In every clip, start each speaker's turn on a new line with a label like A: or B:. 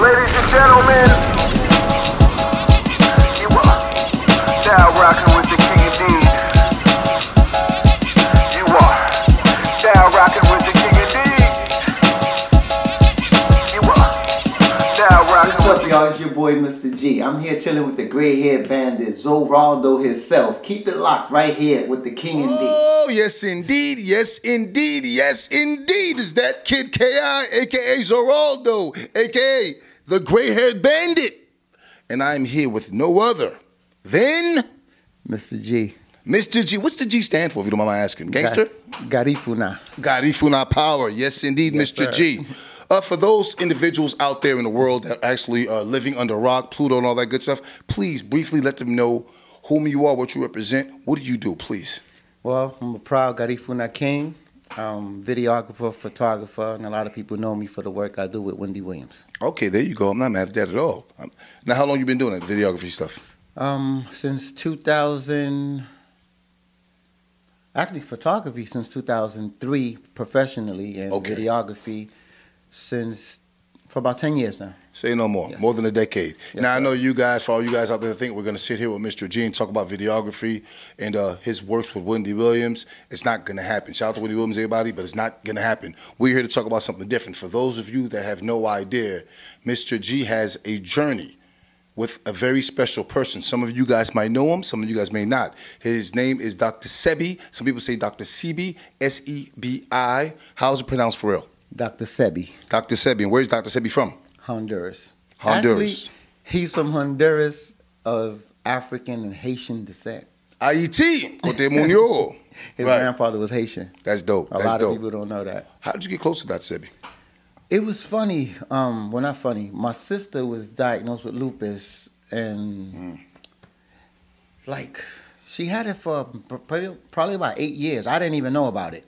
A: Ladies and gentlemen, you are now rocking with the King of D. You are now rocking with the King of D. You are now
B: What's
A: rocking with
B: up, y'all? It's your boy, Mr. G. I'm here chilling with the gray haired bandit, Zoraldo himself. Keep it locked right here with the King and D.
C: Oh, yes, indeed. Yes, indeed. Yes, indeed. Is that Kid K.I., a.k.a. Zoraldo, a.k.a. the gray-haired bandit. And I'm here with no other than
B: Mr. G.
C: Mr. G. What's the G stand for, if you don't mind my asking? Gangster?
B: Ga- Garifuna.
C: Garifuna Power. Yes, indeed, Mr.
B: sir.
C: G. Uh, for those individuals out there in the world that are actually uh, living under a rock, Pluto, and all that good stuff, please briefly let them know whom you are, what you represent. What do you do, please?
B: Well, I'm a proud Garifuna King, um, videographer, photographer, and a lot of people know me for the work I do with Wendy Williams.
C: Okay, there you go. I'm not mad at that at all. Um now, how long you been doing that videography stuff?
B: Um, since 2000, actually photography since 2003 professionally, and
C: Okay.
B: videography since for about 10 years now.
C: Say no more.
B: Yes.
C: More than a decade.
B: Yes,
C: now I
B: sir.
C: know you guys. For all you guys out there, that think we're gonna sit here with Mr. G and talk about videography and uh, his works with Wendy Williams. It's not gonna happen. Shout out to Wendy Williams, everybody, but it's not gonna happen. We're here to talk about something different. For those of you that have no idea, Mr. G has a journey with a very special person. Some of you guys might know him, some of you guys may not. His name is Dr. Sebi. Some people say Dr. Sebi, S E B I. How's it pronounced for real?
B: Dr. Sebi,
C: Dr. Sebi. And where's Dr. Sebi from?
B: Honduras.
C: Honduras.
B: Actually, he's from Honduras of African and Haitian descent.
C: E IET, Cote Munio.
B: His
C: Right.
B: grandfather was Haitian.
C: That's dope.
B: A
C: That's
B: lot
C: dope.
B: of people don't know that.
C: How did you get close to Dr. Sebi?
B: It was funny. Um, well, not funny. My sister was diagnosed with lupus, and like she had it for pr- pr- probably about eight years. I didn't even know about it.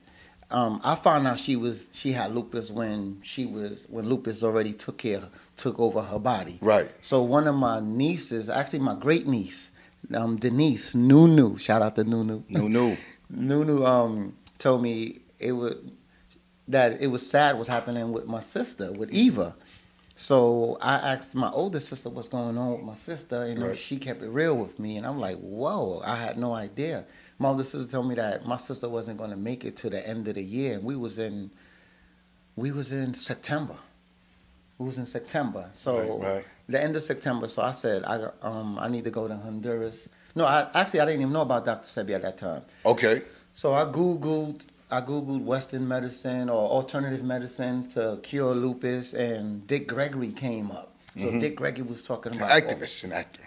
B: Um, I found out she was she had lupus when she was when lupus already took care took over her body.
C: Right.
B: So one of my nieces, actually my great niece, um, Denise Nunu, shout out to Nunu.
C: No, no.
B: Nunu um told me it was that it was sad what's happening with my sister with
C: Mm-hmm.
B: Eva. So I asked my older sister what's going on with my sister, and then
C: Right.
B: she kept it real with me. And I'm like, whoa, I had no idea. My older sister told me that my sister wasn't going to make it to the end of the year, and we was in we was in September. We was in September, so
C: Right, right.
B: the end of September. So I said, I um I need to go to Honduras. No, I actually I didn't even know about Dr. Sebi at that time.
C: Okay.
B: So I googled I googled Western medicine or alternative medicine to cure lupus, and Dick Gregory came up. So
C: Mm-hmm.
B: Dick Gregory was talking
C: An
B: about
C: activist, an actor.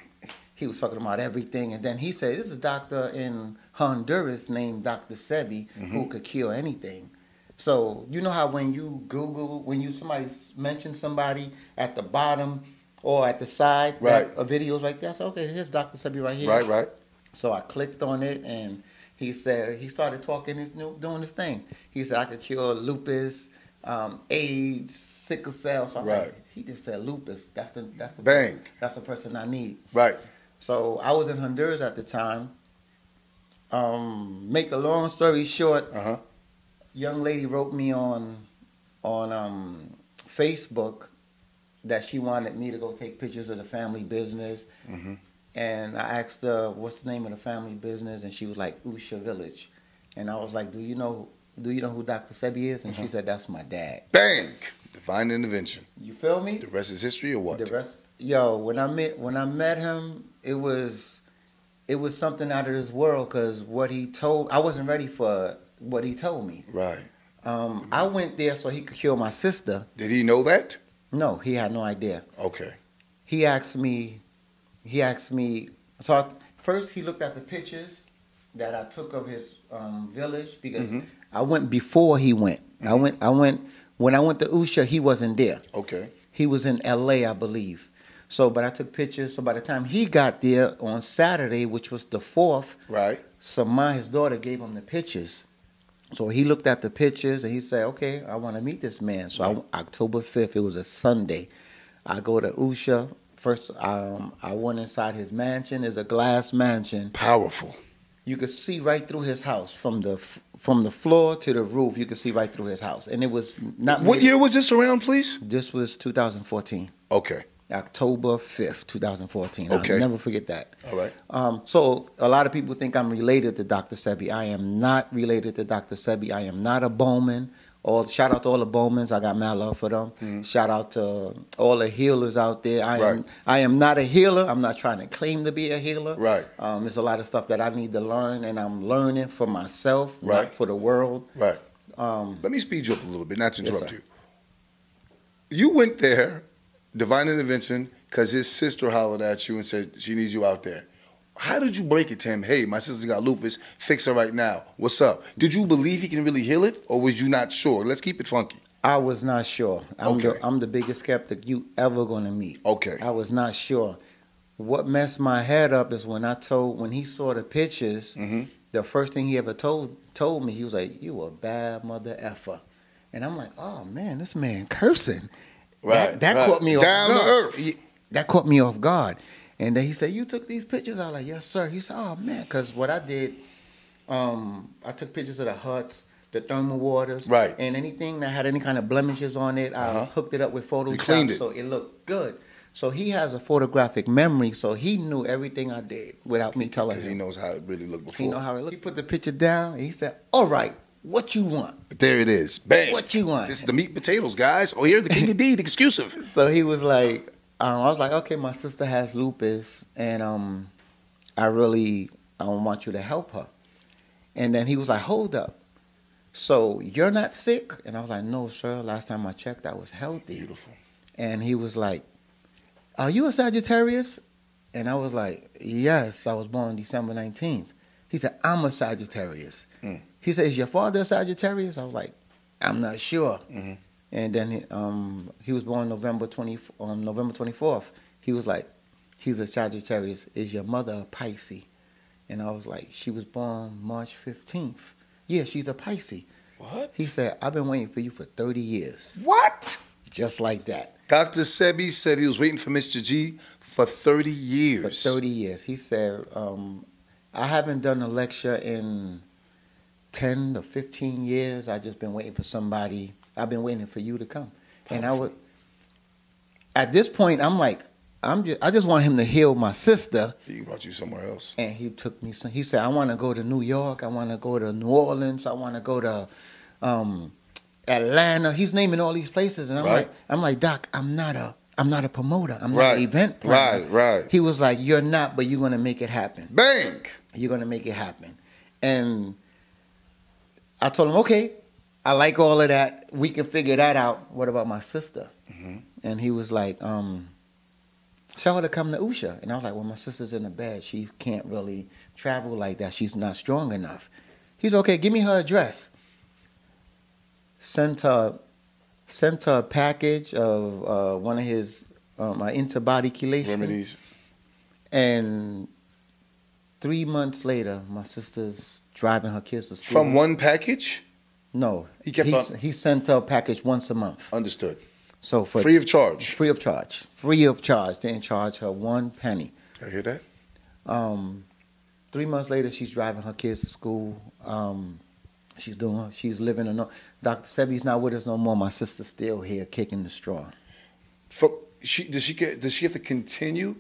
B: He was talking about everything, and then he said, "This is a doctor in Honduras named Doctor Sebi
C: Mm-hmm.
B: who could cure anything." So you know how when you Google, when you somebody s- mentions somebody at the bottom or at the side,
C: Right.
B: that- of videos right there. I said, "Okay, here's Doctor Sebi right here."
C: Right, right.
B: So I clicked on it, and he said he started talking, his new doing this thing. He said I could cure lupus, um, AIDS, sickle cell. So I'm like,
C: Right.
B: he just said lupus. That's the that's the
C: Bang.
B: That's the person I need.
C: Right.
B: So I was in Honduras at the time. Um, make a long story short,
C: Uh huh.
B: young lady wrote me on on um, Facebook that she wanted me to go take pictures of the family business.
C: Mm-hmm.
B: And I asked her, "What's the name of the family business?" And she was like, "Usha Village." And I was like, "Do you know? Do you know who Dr. Sebi is?" And
C: Uh-huh.
B: she said, "That's my dad."
C: Bang. Divine intervention.
B: You feel me?
C: The rest is history or what?
B: The rest, yo, when I met when I met him, it was it was something out of this world because what he told I wasn't ready for what he told me.
C: Right.
B: Um, I went there so he could cure my sister.
C: Did he know that?
B: No, he had no idea.
C: Okay.
B: He asked me, he asked me. So I, first he looked at the pictures that I took of his um, village because
C: Mhm.
B: I went before he went. I went, I went when I went to Usha, he wasn't there.
C: Okay.
B: He was in LA, I believe. So, but I took pictures. So by the time he got there on Saturday, which was the fourth,
C: Right.
B: Sama, his daughter, gave him the pictures. So he looked at the pictures and he said, "Okay, I want to meet this man." So I, October fifth, it was a Sunday. I go to Usha first. Um, I went inside his mansion. It's a glass mansion.
C: Powerful.
B: You could see right through his house from the f- from the floor to the roof. You could see right through his house, and it was not.
C: What
B: made-
C: year was this around, please?
B: This was 2014,
C: Okay.
B: October 5th, 2014.
C: Okay.
B: I'll never forget that.
C: All right.
B: Um, so a lot of people think I'm related to Dr. Sebi. I am not related to Dr. Sebi. I am not a Bowman. All shout out to all the Bowmans. I got mad love for them. Shout out to all the healers out there. I
C: Mm-hmm. Right.
B: am I am not a healer. I'm not trying to claim to be a healer.
C: Right.
B: Um, there's a lot of stuff that I need to learn, and I'm learning for myself,
C: Right.
B: not for the world.
C: Right.
B: Um,
C: Let me speed you up a little bit, not to
B: Yes,
C: interrupt
B: sir.
C: you. You went there, divine intervention, because his sister hollered at you and said she needs you out there. How did you break it to him? Hey, my sister got lupus. Fix her right now. What's up? Did you believe he can really heal it, or was you not sure? Let's keep it funky.
B: I was not sure. I'm,
C: Okay.
B: the, I'm the biggest skeptic you ever gonna meet.
C: Okay.
B: I was not sure. What messed my head up is when I told when he saw the pictures.
C: Mhm.
B: The first thing he ever told told me he was like, "You a bad mother effer," and I'm like, "Oh man, this man cursing."
C: Right,
B: That, that
C: right.
B: caught me off
C: Down to
B: guard.
C: earth.
B: Ye- That caught me off guard. And then he said, "You took these pictures." I was like, "Yes, sir." He said, "Oh man," because what I did, um, I took pictures of the huts, the thermal waters,
C: Right.
B: and anything that had any kind of blemishes on it. I
C: Uh-huh.
B: hooked it up with Photoshop,
C: cleaned it.
B: so it looked good. So he has a photographic memory, so he knew everything I did without me telling
C: Because he
B: him.
C: knows how it really looked before.
B: He know how it looked. He put the picture down. And he said, "All right, what you want?"
C: there it is. Bang.
B: What you want?
C: This is the meat and potatoes, guys. Oh, here's the king of deed exclusive.
B: So he was like, um, "I was like, okay, my sister has lupus, and um, I really I want you to help her." And then he was like, "Hold up." So you're not sick? And I was like, no, sir. Last time I checked, I was healthy.
C: Beautiful.
B: and he was like, "Are you a Sagittarius?" And I was like, "Yes, I was born December 19th." He said, "I'm a Sagittarius."
C: Mm.
B: He said, "Is your father a Sagittarius?" I was like, "I'm not sure."
C: Mm-hmm.
B: And then he, um, he was born November 20 on November 24th. He was like, "He's a Sagittarius. Is your mother a Pisces?" And I was like, "She was born March 15th. Yeah, she's a Pisces."
C: What?
B: He said, "I've been waiting for you for 30 years,
C: What?
B: just like that."
C: Dr. Sebi said he was waiting for Mr. G for 30
B: for
C: years.
B: 30 years. He said, um, I haven't done a lecture in 10 to 15 years. I've just been waiting for somebody. I've been waiting for you to come. And I would, at this point, I'm like, I'm just, I just want him to heal my sister.
C: He brought you somewhere else.
B: And he took me, some, he said, I want to go to New York. I want to go to New Orleans. I want to go to um, Atlanta. He's naming all these places. And I'm
C: Right.
B: like, I'm like, Doc, I'm not a, I'm not a promoter. I'm not
C: Right.
B: an event planner.
C: Right, right.
B: He was like, "You're not, but you're gonna make it happen.
C: Bang!
B: You're gonna make it happen." And I told him, "Okay, I like all of that. We can figure that out. What about my sister?" And he was like, um, "Tell her to come to Usha." And I was like, "Well, my sister's in the bed. She can't really travel like that. She's not strong enough." He's okay. Give me her address. Sent her, sent her a package of uh, one of his um, uh, interbody chelation
C: Remedies.
B: and three months later, my sister's driving her kids to school.
C: From one package?
B: No,
C: He kept
B: s-
C: on-
B: he sent her a package once a month.
C: Understood.
B: So for
C: Free of charge.
B: free of charge, free of charge, didn't charge her one penny.
C: I hear that?
B: Um, three months later, she's driving her kids to school. Um, she's doing. She's living. No, Doctor Sebi's not with us no more. My sister's still here, kicking the straw.
C: For, she, does, she get, does she have to continue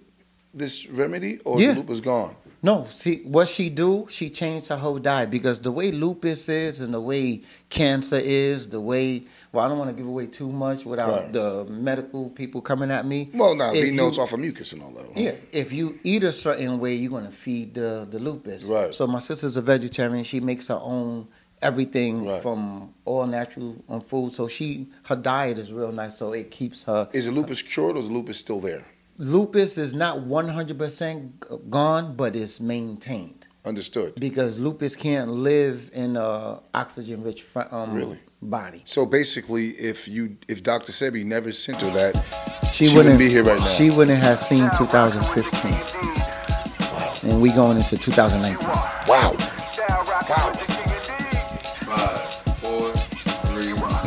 C: this remedy or
B: Yeah.
C: the loop is gone?
B: No, see what she do? She changed her whole diet because the way lupus is and the way cancer is, the way well, I don't want to give away too much without
C: Right.
B: the medical people coming at me.
C: Well, no,
B: If
C: we know
B: you-
C: it's off of mucus and all that. huh?
B: Yeah, if you eat a certain way, you're gonna feed the the lupus.
C: Right.
B: So my sister's a vegetarian. She makes her own everything
C: Right.
B: from all natural um, food. So she her diet is real nice. So it keeps her
C: Is the lupus cured or is the lupus still there?
B: lupus is not 100% gone, but it's maintained.
C: Understood.
B: because lupus can't live in a oxygen rich fr- um,
C: Really?
B: body.
C: So basically, if you if Dr. Sebi never sent her that,
B: She,
C: She wouldn't be here right now.
B: She wouldn't have seen 2015, and we going into 2019.
C: wow,
D: Five, four, three, two.
A: Wow.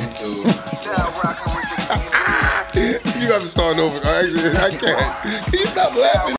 C: you have to start over. I, actually, I can't. Can you stop laughing?